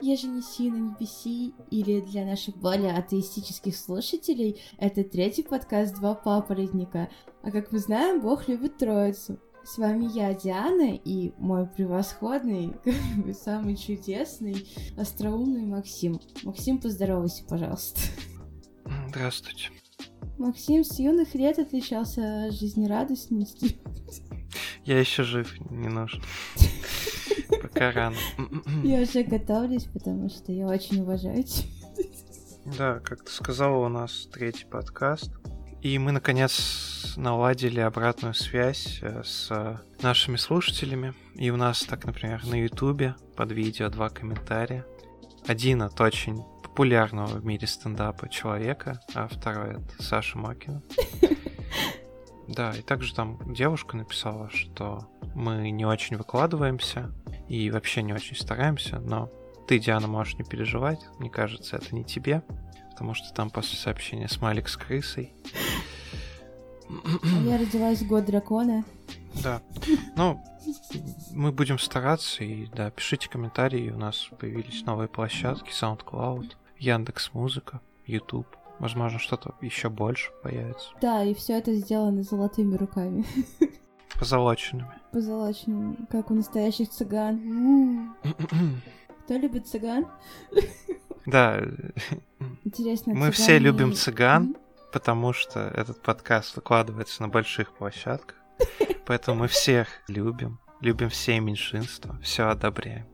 Еженеси на NPC или для наших более атеистических слушателей это третий подкаст «Два папоротника». А как мы знаем, Бог любит троицу. С вами я, Диана, и мой превосходный, самый чудесный, остроумный Максим. Максим, поздоровайся, пожалуйста. Здравствуйте. Максим с юных лет отличался жизнерадостностью. Я еще жив, не нужен. Пока рано. Хм. Я уже готовлюсь, потому что я очень уважаю тебя. Да, как ты сказала, у нас третий подкаст. И мы, наконец, наладили обратную связь э, с нашими слушателями. И у нас так, например, на Ютубе под видео два комментария. Один от очень популярного в мире стендапа человека, а второй от Саши Макина. Да, и также там девушка написала, что мы не очень выкладываемся и вообще не очень стараемся, но ты, Диана, можешь не переживать, мне кажется, это не тебе, потому что там после сообщения смайлик с крысой. Я родилась в год дракона. Да. Ну, мы будем стараться, и да, пишите комментарии. У нас появились новые площадки, SoundCloud, Яндекс Музыка, YouTube. Возможно, что-то еще больше появится. Да, и все это сделано золотыми руками. Позолоченными. Позолоченными, как у настоящих цыган. М. Кто любит цыган? Да, Интересно, мы цыгане- все любим цыган, М? потому что этот подкаст выкладывается на больших площадках. Поэтому мы всех любим. Любим все меньшинства, все одобряем.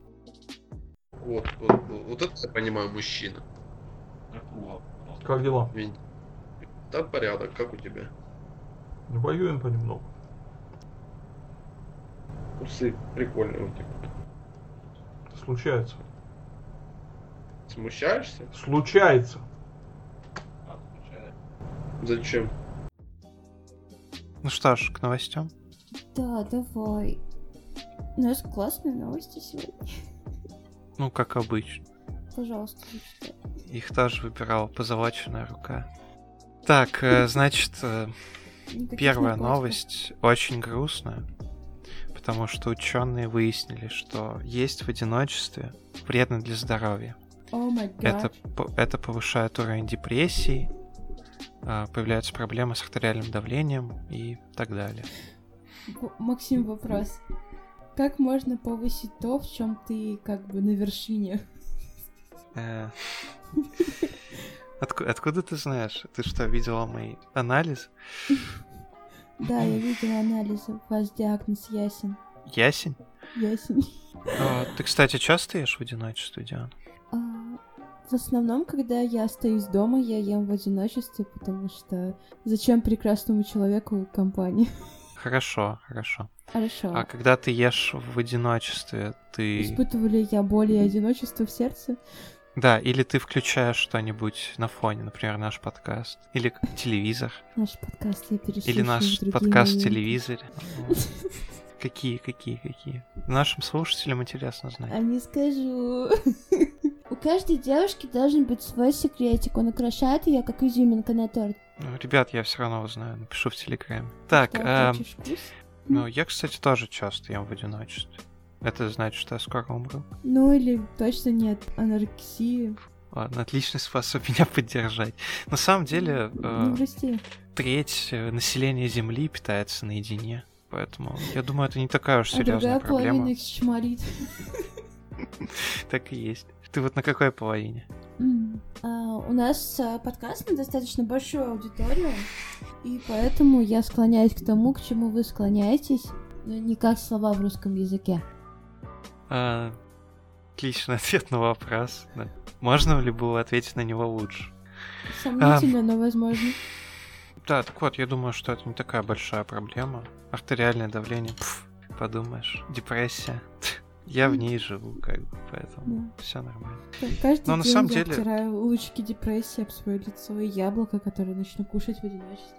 Вот, вот, вот это я понимаю мужчина. Как дела? Винь. Да порядок, как у тебя? Ну, Воюем понемногу. Усы прикольные типа. у тебя. Случается. Смущаешься? Случается. Зачем? Ну что ж, к новостям. Да, давай. У нас классные новости сегодня. Ну, как обычно. Пожалуйста, зачитай. Их тоже выбирала позолоченная рука. Так, э, значит, э, Никаких Первая наркотиков. новость очень грустная, потому что ученые выяснили, что есть в одиночестве вредно для здоровья. О май Это, гад. по- это повышает уровень депрессии, а, появляются проблемы с артериальным давлением и так далее. Б- Максим, вопрос. Как можно повысить то, в чем ты как бы на вершине? Э, отку- откуда ты знаешь? Ты что, видела мой анализ? Да, я видела анализы. Ваш диагноз ясен. Ясень? Ясен. А, ты, кстати, часто ешь в одиночестве, Диана? А, В основном, когда я остаюсь дома, я ем в одиночестве, потому что зачем прекрасному человеку компания? Хорошо, хорошо. Хорошо. А когда ты ешь в одиночестве, ты... Испытываю ли я боль и одиночество в сердце? Да, или ты включаешь что-нибудь на фоне, например, наш подкаст, или к- телевизор, Наш подкаст я переслушаю. или наш в другие подкаст в моменты. телевизоре. Ну, Какие, какие, какие. Нашим слушателям интересно А знать. не скажу. У каждой девушки должен быть свой секретик. Он украшает ее, как изюминка на торт. Ну, ребят, я все равно узнаю, напишу в Телеграме. Так, Что, а, хочешь вкус? ну, я, кстати, тоже часто ем в одиночестве. Это значит, что я скоро умру. Ну или точно нет анорексии. Ладно, отличный способ меня поддержать. На самом деле, э, Не грусти. треть э, населения Земли питается наедине. Поэтому я думаю, это не такая уж А другая серьезная проблема. половина их чморит. Так и есть. Ты вот на какой половине? М. А, У нас а, подкаст на достаточно большую аудиторию, и поэтому я склоняюсь к тому, к чему вы склоняетесь, но не как слова в русском языке. А, отличный ответ на вопрос. да. Можно ли было ответить на него лучше? Сомнительно, А. но возможно. Да, так вот, я думаю, что это не такая большая проблема. Артериальное давление, пф, подумаешь, депрессия. Я в ней живу, как бы, поэтому все нормально. Так, Каждый Но на день самом я деле- втираю лучики депрессии об свое лицо и яблоко, которое начну кушать в одиночестве.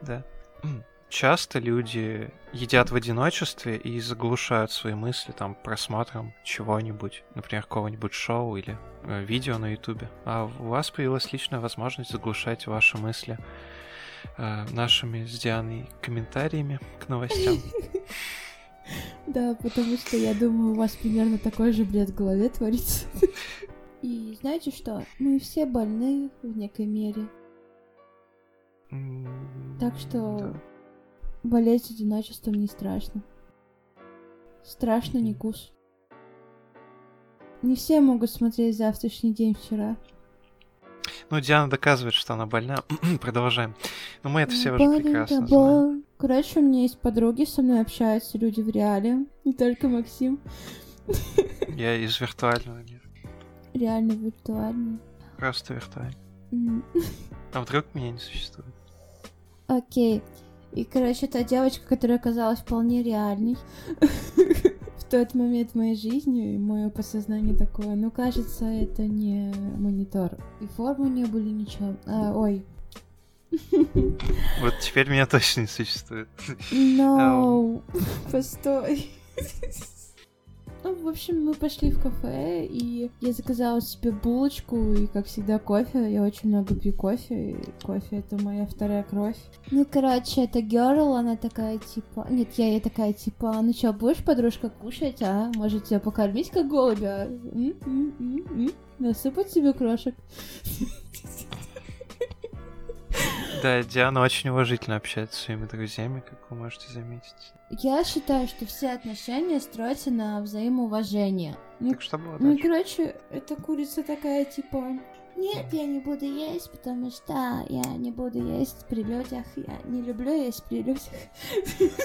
Да. М. Часто люди едят в одиночестве и заглушают свои мысли там просмотром чего-нибудь, например, какого-нибудь шоу или э, видео на ютубе. А у вас появилась личная возможность заглушать ваши мысли э, нашими с Дианой комментариями к новостям. Да, потому что я думаю, у вас примерно такой же бред в голове творится. И знаете что? Мы все больны в некой мере. М, Так что- да. Болеть одиночеством не страшно. Страшно не кус. Не все могут смотреть завтрашний день вчера. Ну, Диана доказывает, что она больна. Продолжаем. Но мы это все уже Болен, прекрасно да, знаем. болен. Короче, у меня есть подруги, со мной общаются люди в реале. Не только Максим. Я из виртуального мира. Реально виртуальные. Просто виртуальный. М. А вдруг меня не существует? Окей. И, короче, та девочка, которая оказалась вполне реальной в тот момент в моей жизни, и мое подсознание такое, ну, кажется, это не монитор. И формы не были, ничего. А, ой. Вот теперь меня точно не существует. No. Постой. Ну, в общем, мы пошли в кафе, и я заказала себе булочку и, как всегда, кофе. Я очень много пью кофе, и кофе — это моя вторая кровь. Ну, короче, это герл, она такая, типа... Нет, я ей такая, типа, ну чё, будешь, подружка, кушать, а? Может, тебя покормить, как голубя? М? М? М? М? Насыпать тебе крошек? Да, Диана очень уважительно общается с своими друзьями, как вы можете заметить. Я считаю, что все отношения строятся на взаимоуважении. Ну, Так что было Ну, дальше? короче, эта курица такая, типа... Нет, я не буду есть, потому что я не буду есть при людях. Я не люблю есть при людях.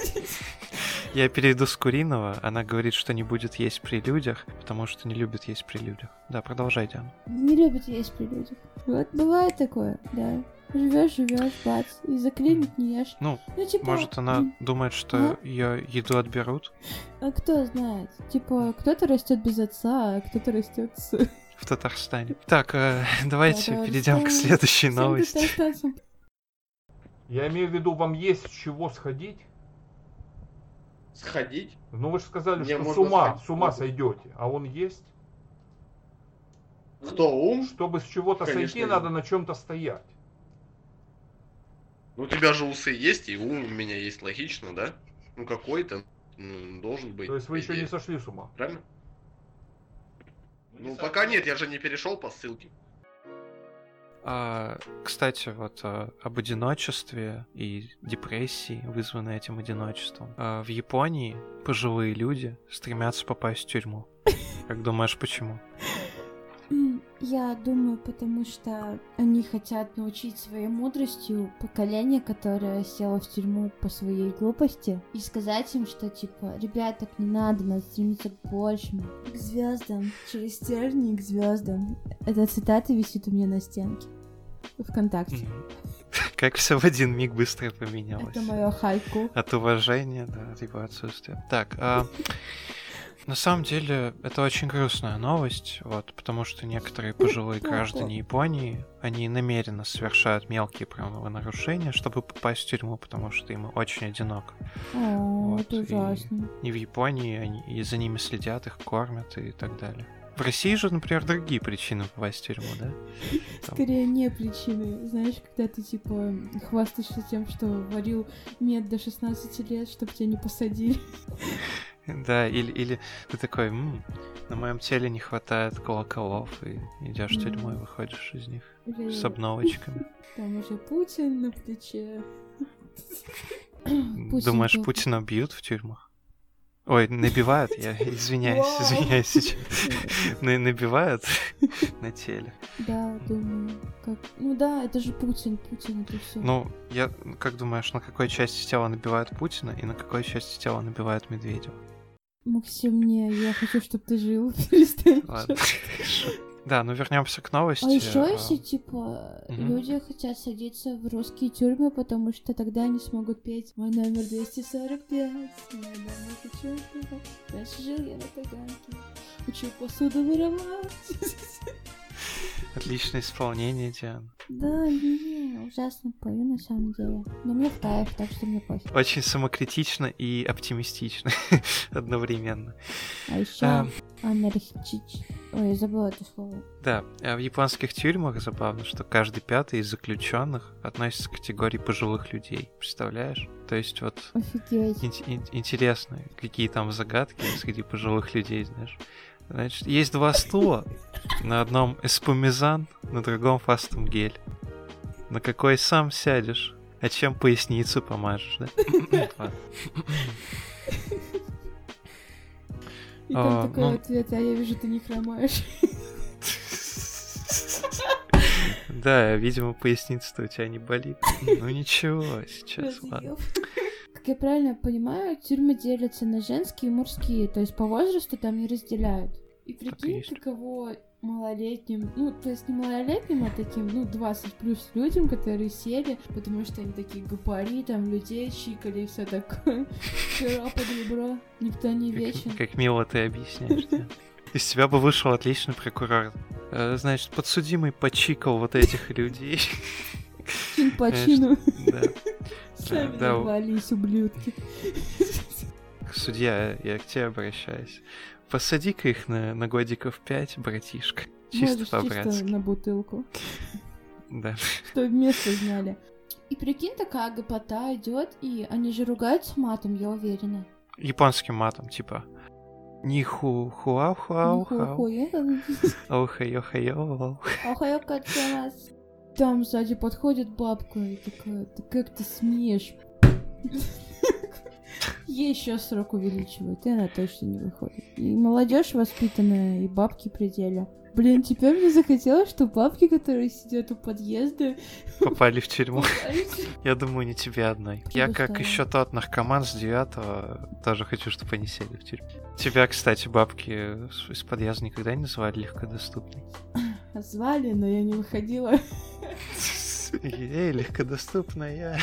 Я перейду с Куриного. Она говорит, что не будет есть при людях, потому что не любит есть при людях. Да, продолжай, Диана. Не любит есть при людях. Вот бывает такое, да. Живешь, живешь, бац, и заклинить не ешь. Ну, Ну, типа, Может, она м, Ну. думает, что Ага. ее еду отберут? А кто знает? Типа, кто-то растет без отца, а кто-то растет с... в Татарстане. Так, э, давайте Татарстан. перейдем к следующей всем новости. татарстанцем. Я имею в виду, вам есть с чего сходить? Сходить? Ну вы же сказали, Мне что с можно ума, сходить. с ума сойдете. А он есть? Ну, Кто ум? Чтобы с чего-то Конечно, сойти, есть. надо на чем-то стоять. Ну, у тебя же усы есть, и ум у меня есть, логично, да? Ну, какой-то ну, должен быть. То есть вы по еще идее. не сошли с ума. Правильно? Ну, пока нет, я же не перешел по ссылке. А, кстати, вот э, об одиночестве и депрессии, вызванной этим одиночеством. А, в Японии пожилые люди стремятся попасть в тюрьму. Как думаешь, почему? М, Я думаю, потому что они хотят научить своей мудростью поколение, которое село в тюрьму по своей глупости, и сказать им, что типа, ребят, так не надо, надо стремиться к большему, к звездам, через тернии к звездам. Эта цитата висит у меня на стенке. Вконтакте. Мгм. Как все в один миг быстро поменялось. Это мое хайку. От уважения, да, либо отсутствия. Так, а, на самом деле это очень грустная новость, вот, потому что некоторые пожилые граждане Японии, они намеренно совершают мелкие правонарушения, чтобы попасть в тюрьму, потому что им очень одиноко. О, Вот, это и- ужасно. И в Японии они, и за ними следят, их кормят и так далее. В России же, например, другие причины попасть в тюрьму, да? Там- Скорее не причины. Знаешь, когда ты типа хвастаешься тем, что варил мед до 16 лет, чтобы тебя не посадили. Да, или, или ты такой, «М, на моем теле не хватает колоколов, и идешь в тюрьму и Мгм. выходишь из них Или с обновочками. Там уже Путин на плече. Думаешь, был- Путина бьют в тюрьмах? Ой, набивают, я извиняюсь, Вау. извиняюсь сейчас. На- Набивают на теле. Да, думаю. Как... Ну да, это же Путин, Путин это все. Ну, я, как думаешь, на какой части тела набивают Путина и на какой части тела набивают Медведева? Максим, не, я хочу, чтобы ты жил. Перестань. Ладно. Да, ну вернемся к новости. А еще А, если, типа, мгм. люди хотят садиться в русские тюрьмы, потому что тогда они смогут петь «Мой номер 245, мой номер печёнка, дальше жил я на Таганке, учил посуду воровать». Отличное исполнение, Диана. Да, не, ужасно пою на самом деле. Но мне в кайф, так что мне пофиг. Очень самокритично и оптимистично одновременно. А еще А, анархичич. Ой, я забыла это слово. Да, а в японских тюрьмах забавно, что каждый пятый из заключенных относится к категории пожилых людей. Представляешь? То есть вот Офигеть. ин- ин- интересно, какие там загадки среди пожилых людей, знаешь. Значит, есть два стула. На одном эспумизан, на другом фастум гель. На какой сам сядешь? А чем поясницу помажешь, да? Ладно. И там а, такой ну- ответ, а я вижу, ты не хромаешь. Да, видимо, поясница-то у тебя не болит. Ну ничего, сейчас, ладно. Разъёб. Как я правильно понимаю, тюрьмы делятся на женские и мужские, то есть по возрасту там не разделяют. И прикинь, есть. каково малолетним, ну, то есть не малолетним, а таким, ну, 20 плюс людям, которые сели, потому что они такие гопари, там, людей чикали и все такое. Пера под ребро, никто не вечен. Как, как мило ты объясняешь. да. Из тебя бы вышел отличный прокурор. Э, Значит, подсудимый почикал вот этих людей. Чин по чину. Да. Сами да, у- нарвались, ублюдки. Судья, я к тебе обращаюсь. Посади-ка их на, на годиков пять, братишка. Чисто Можешь чисто по-братски. на бутылку. Да. чтобы место знали. И прикинь, такая гопота идет, и они же ругаются матом, я уверена. Японским матом, типа. Ниху хуау хуау хау. Ауха йоха йоу. вас. Там сзади подходит бабка и такая, ты как ты смеешь? Ей еще срок увеличивают, и она точно не выходит. И молодежь воспитанная, и бабки при деле. Блин, теперь мне захотелось, что бабки, которые сидят у подъезда, Попали в тюрьму. попались. Я думаю, не тебе одной. Я как Предоставляю. еще тот наркоман с девятого тоже хочу, чтобы они сели в тюрьму. Тебя, кстати, бабки с- из подъезда никогда не называли легкодоступной? звали, но я не выходила. Ей, легкодоступная.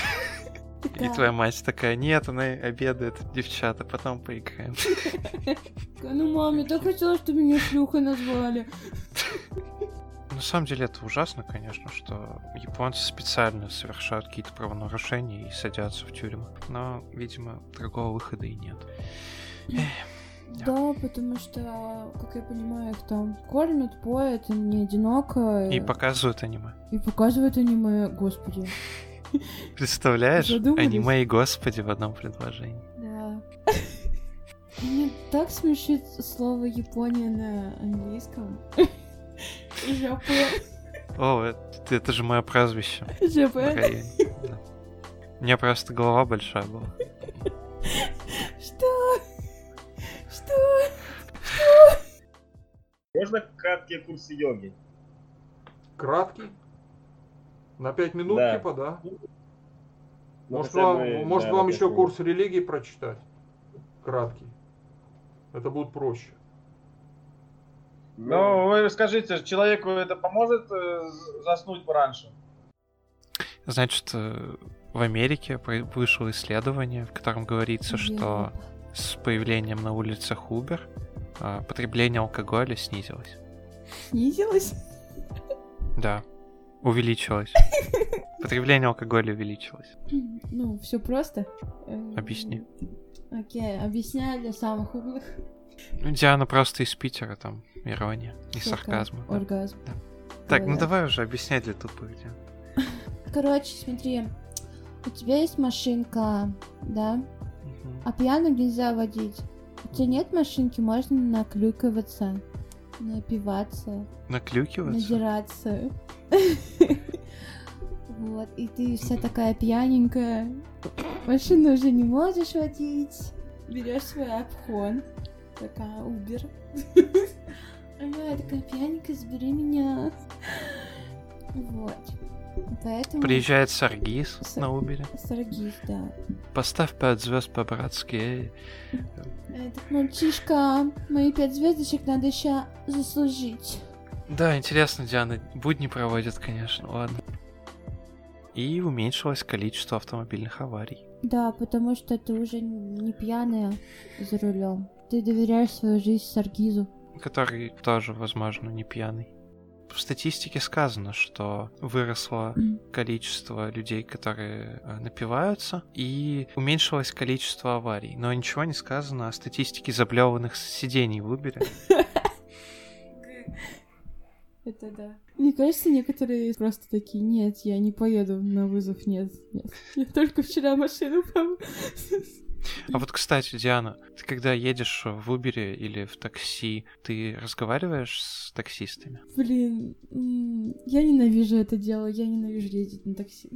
И Такая, твоя мать такая, нет, она обедает, девчата, потом поиграем. Ну, мам, я так хотела, чтобы меня шлюхой назвали. На самом деле это ужасно, конечно, что японцы специально совершают какие-то правонарушения и садятся в тюрьму. Но, видимо, другого выхода и нет. Да, потому что, как я понимаю, их там кормят, поят, им не одиноко. э, И показывают аниме. и показывают аниме, господи. Представляешь? Задумались. Аниме и господи в одном предложении. Да. Мне так смешит слово Япония на английском. Жапон. О, это, это же мое прозвище. в Жапон. районе. Да. У меня просто голова большая была. Что? Что? Можно краткие курсы йоги? Краткий. На пять минут Да. типа, да? Ну, Может, хотя вам, бы, может, да, вам вот еще это курс религии прочитать? Краткий. Это будет проще. вот. Ну, вы скажите, человеку это поможет э, заснуть пораньше? Значит, э, в Америке про- вышло исследование, в котором говорится, что с появлением на улицах Uber а, потребление алкоголя снизилось. Снизилось? Да, увеличилось. Потребление алкоголя увеличилось. Ну, все просто. Эм, Объясни. Окей, объясняю для самых умных. Ну, Диана просто из Питера, там, ирония и Всё, сарказма. кор- да. Оргазм. Да. Так, ну Говорят. давай уже объяснять для тупых, Диан. Короче, смотри. У тебя есть машинка, да? Мгм. А пьяным нельзя водить. У тебя нет машинки, можно наклюкиваться, напиваться, Наклюкиваться? надираться. Вот, и ты вся такая пьяненькая. Машину уже не можешь водить. Берешь свой обхон. Такая Убер. Она такая пьяненькая, забери меня. Вот. Поэтому... Приезжает Саргиз Сар- на Uber. Саргис, да. Поставь 5 звезд по-братски. эй. Этот мальчишка, мои пять звездочек надо еще заслужить. Да, интересно, Диана, будни проводят, конечно, ладно. И уменьшилось количество автомобильных аварий. Да, потому что ты уже не пьяная за рулем. Ты доверяешь свою жизнь Саргизу. Который тоже, возможно, не пьяный. В статистике сказано, что выросло количество людей, которые э, напиваются, и уменьшилось количество аварий. Но ничего не сказано о статистике заблеванных сидений в Uber. Это да. Мне кажется, некоторые просто такие, нет, я не поеду на вызов, нет, нет. Я только вчера машину помыла. А вот, кстати, Диана, ты когда едешь в Uber или в такси, ты разговариваешь с таксистами? Блин, м, я ненавижу это дело, я ненавижу ездить на такси.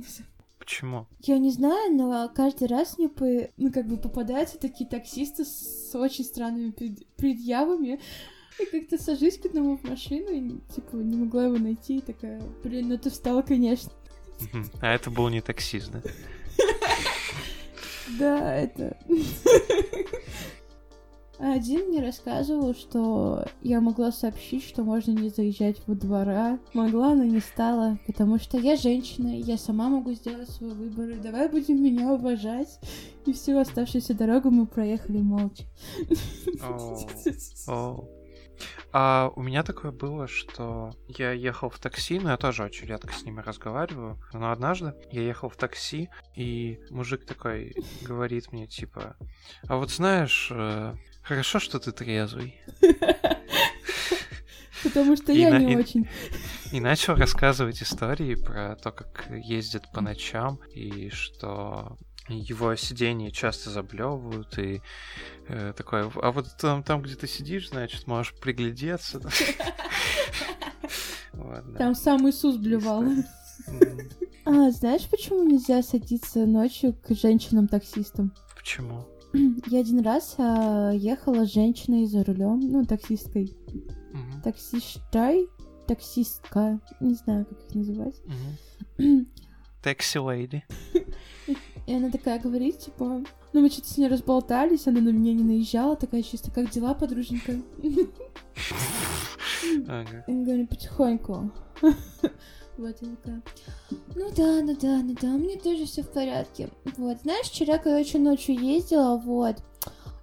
Почему? Я не знаю, но каждый раз мне по- ну, как бы попадаются такие таксисты с очень странными пред- предъявами. И как-то сажусь к одному в машину и, типа, не могла его найти. И такая, блин, ну ты встал, конечно. Мгм. А это был не таксист, да? Да, это... А Один мне рассказывал, что я могла сообщить, что можно не заезжать во двора. Могла, но не стала, потому что я женщина, и я сама могу сделать свой выбор. И давай будем меня уважать. И всю оставшуюся дорогу мы проехали молча. О. О. А у меня такое было, что я ехал в такси, но я тоже очень редко с ними разговариваю. Но однажды я ехал в такси, и мужик такой говорит мне, типа, а вот знаешь, э, хорошо, что ты трезвый. Потому что И на- я не и- очень. И начал рассказывать истории про то, как ездит по ночам, и что его сиденья часто заблевывают, и э, такое, а вот там, там, где ты сидишь, значит, можешь приглядеться. Вот, да. Там сам Иисус блевал. М, А знаешь, почему нельзя садиться ночью к женщинам-таксистам? Почему? Я один раз а, ехала с женщиной за рулем, ну, таксисткой. Мгм, Таксиштай, таксистка, не знаю, как их называть. мгм. И Taxi lady. она такая говорит, типа, ну, мы что-то с ней разболтались, она на меня не наезжала, такая чисто, как дела, подруженька? Хм. Ага. Я говорю, потихоньку. Вот я такая. Ну да, ну да, ну да, мне тоже все в порядке. Вот, знаешь, вчера, короче, ночью ездила, вот.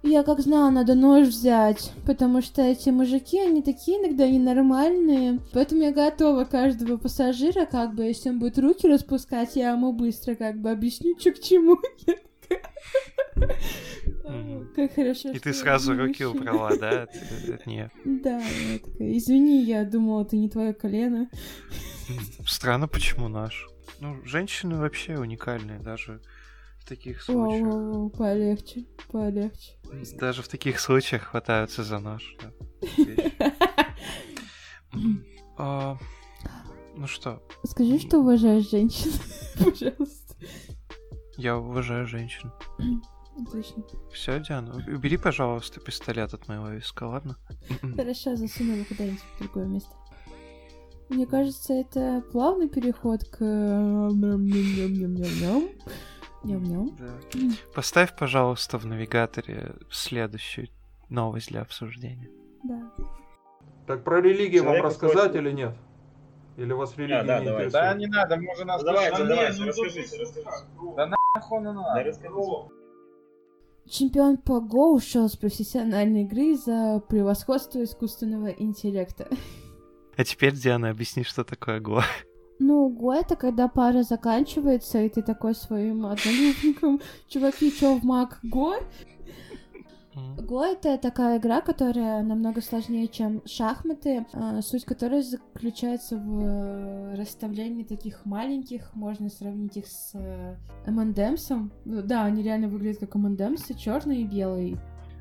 Я как знала, надо нож взять, потому что эти мужики, они такие иногда ненормальные. Поэтому я готова каждого пассажира, как бы, если он будет руки распускать, я ему быстро как бы объясню, что к чему. Я такая, Мгм. Как хорошо, И что я ты сразу не руки мужчина». убрала, да? от- от нее? Да, я такая, извини, я думала, ты не твое колено. М, Странно, почему наш. Ну, женщины вообще уникальные, даже в таких случаях. Воу-воу-воу, полегче, полегче. Даже в таких случаях хватаются за нож. да. Вещь. М, а, Ну что, Скажи, что уважаешь женщин, пожалуйста. я уважаю женщин. Отлично. Все, Диана, у- убери, пожалуйста, пистолет от моего виска, ладно? Хорошо, засуну его куда-нибудь в другое место. Мне кажется, это плавный переход к... э, Ням-ням-ням-ням-ням. Ням-ням. Да. Поставь, пожалуйста, в навигаторе следующую новость для обсуждения. Да. Так про религию вам Человек рассказать хочет- или нет? Или вас религия да, не давай. интересует? Да не надо, мы уже нас... Ну, давайте, Да давайте, не, ну, расскажите, тут- расскажите. Да нахуй оно Да, надо. расскажите. Чемпион по Го ушел с профессиональной игры за превосходство искусственного интеллекта. А теперь, Диана, объясни, что такое ГЛО. Ну, го это когда пара заканчивается, и ты такой своим одногруппником, чуваки, чё в маг го? Го это такая игра, которая намного сложнее, чем шахматы, а, суть которой заключается в э, расставлении таких маленьких, можно сравнить их с э, M&M'сом. Ну Да, они реально выглядят как M&M'сы, черные и белые.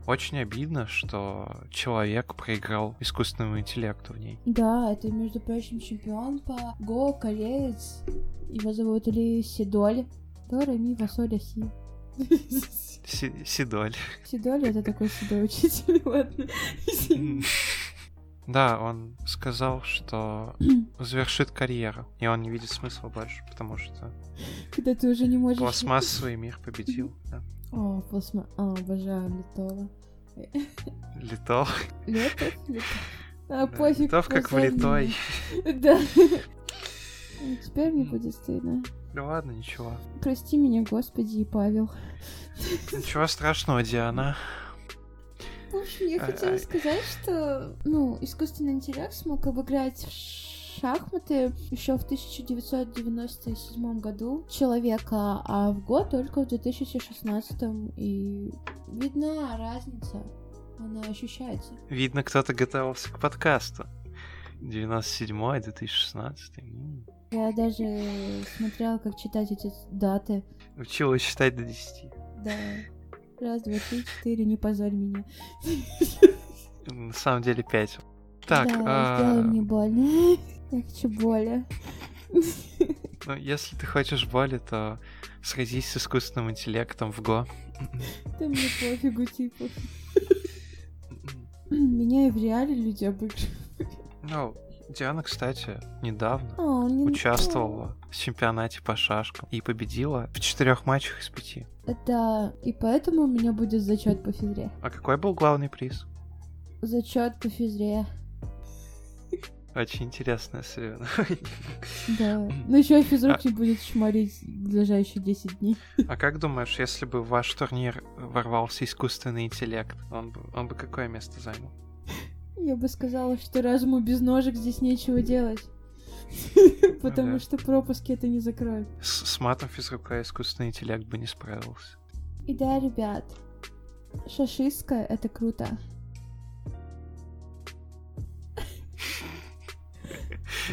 Очень обидно, что человек проиграл искусственному интеллекту в ней. Да, это, между прочим, чемпион по го, кореец. Его зовут Ли Сидоль. До, ре, ми, фа, соль, ля, си. Си- Сидоль. Сидоль это такой седой учитель, ладно. М. Да, он сказал, что завершит карьеру, и он не видит смысла больше, потому что Когда ты уже не можешь... пластмассовый мир победил. да. О, пластма... О, обожаю Литова. Летал. Летов? Летов. А, да, пофиг. Летов как назови влитой. меня. Да. Ну, Теперь мне будет стыдно. Да ладно, ничего. Прости меня, Господи, и Павел. Ничего страшного, Диана. В общем, я Ай, хотела ай. сказать, что, ну, искусственный интеллект смог обыграть в шахматы еще в 1997 году человека, а в год только в 2016. И видна разница, она ощущается. Видно, кто-то готовился к подкасту. 97 2016. М. Я даже смотрела, как читать эти даты. Учила считать до 10. Да. Раз, два, три, четыре, не позорь меня. На самом деле 5. Так, да, а, сделай мне больно. Я хочу боли. ну, если ты хочешь боли, то сразись с искусственным интеллектом в Го. Да мне пофигу, типа. Меня и в реале люди обыгрывают. Ну, Диана, кстати, недавно А, он не участвовала в чемпионате по шашкам и победила в четырех матчах из пяти. Да, и поэтому у меня будет зачет по физре. А какой был главный приз? Зачет по физре. Очень интересное соревнование. Да. Ну еще физрук не будет шмарить в ближайшие 10 дней. А как думаешь, если бы в ваш турнир ворвался искусственный интеллект, он бы, он бы какое место занял? Я бы сказала, что разуму без ножек здесь нечего делать. да. Потому что пропуски это не закроют. С, с матом физрука искусственный интеллект бы не справился. И да, ребят, шашистка — это круто.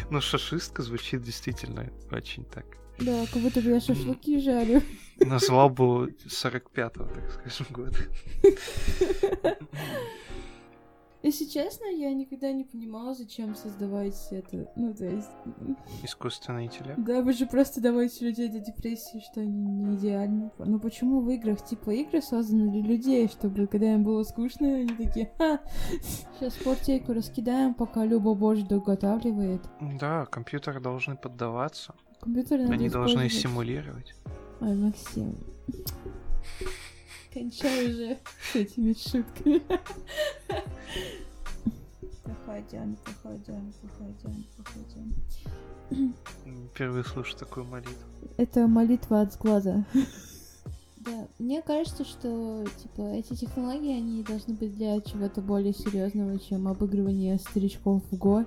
Ну, шашистка звучит действительно очень так. Да, как будто бы я шашлыки жарю. Назвал бы 45-го, так скажем, года. Если честно, я никогда не понимала, зачем создавать это. Ну, то есть... Искусственный интеллект. Да, вы же просто давайте людей до депрессии, что они не идеальны. Ну почему в играх? Типа игры созданы для людей, чтобы когда им было скучно, они такие, ха, сейчас спортейку раскидаем, пока Люба Божь доготавливает. Да, компьютеры должны поддаваться. Компьютер надо Они должны использовать. симулировать. Ой, Максим. Кончай уже с этими шутками. Походян, походян, походян, походян. Впервые слышу такую молитву. Это молитва от сглаза. Да, мне кажется, что типа эти технологии, они должны быть для чего-то более серьезного, чем обыгрывание старичков в ГО.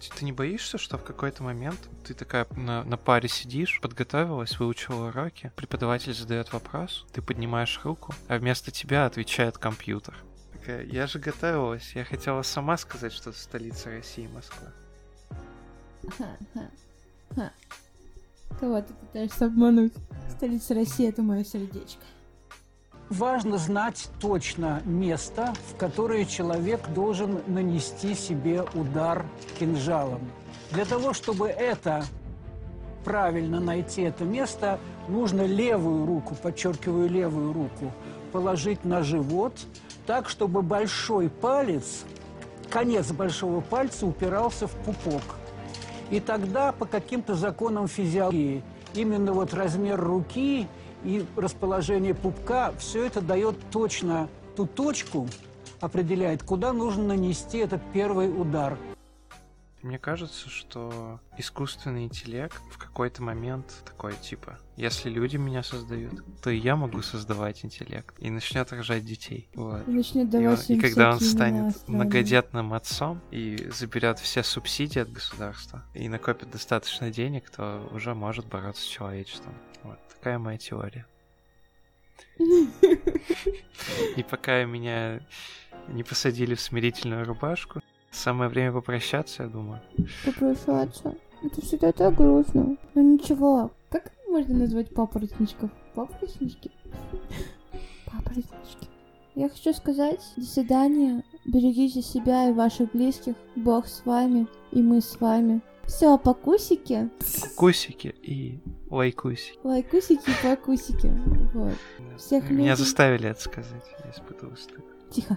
Ты, ты не боишься, что в какой-то момент ты такая на, на паре сидишь, подготовилась, выучила уроки, преподаватель задает вопрос, ты поднимаешь руку, а вместо тебя отвечает компьютер. Такая, я же готовилась, я хотела сама сказать, что столица России Москва. Ха-ха. Ха. Кого ты пытаешься обмануть? Столица России — это мое сердечко. Важно знать точно место, в которое человек должен нанести себе удар кинжалом. Для того, чтобы это правильно найти это место, нужно левую руку, подчеркиваю левую руку, положить на живот, так, чтобы большой палец, конец большого пальца упирался в пупок. И тогда по каким-то законам физиологии именно вот размер руки и расположение пупка, все это дает точно ту точку, определяет, куда нужно нанести этот первый удар. Мне кажется, что искусственный интеллект в какой-то момент такой типа, если люди меня создают, то и я могу создавать интеллект и начнет рожать детей. Вот. И начнет И, он- давать и им когда он всякие имена станет странные. многодетным отцом и заберет все субсидии от государства и накопит достаточно денег, то уже может бороться с человечеством. Вот такая моя теория. И пока меня не посадили в смирительную рубашку, самое время попрощаться, я думаю. Попрощаться. Это всегда так грустно. Ну ничего. Как можно назвать папоротничков? Папоротнички? Папоротнички. Я хочу сказать, до свидания. Берегите себя и ваших близких. Бог с вами, и мы с вами. Все, покусики. Кусики и лайкусики. Лайкусики и покусики. Вот. Всех Меня любим. заставили это сказать. Я испытывал стыд. Тихо.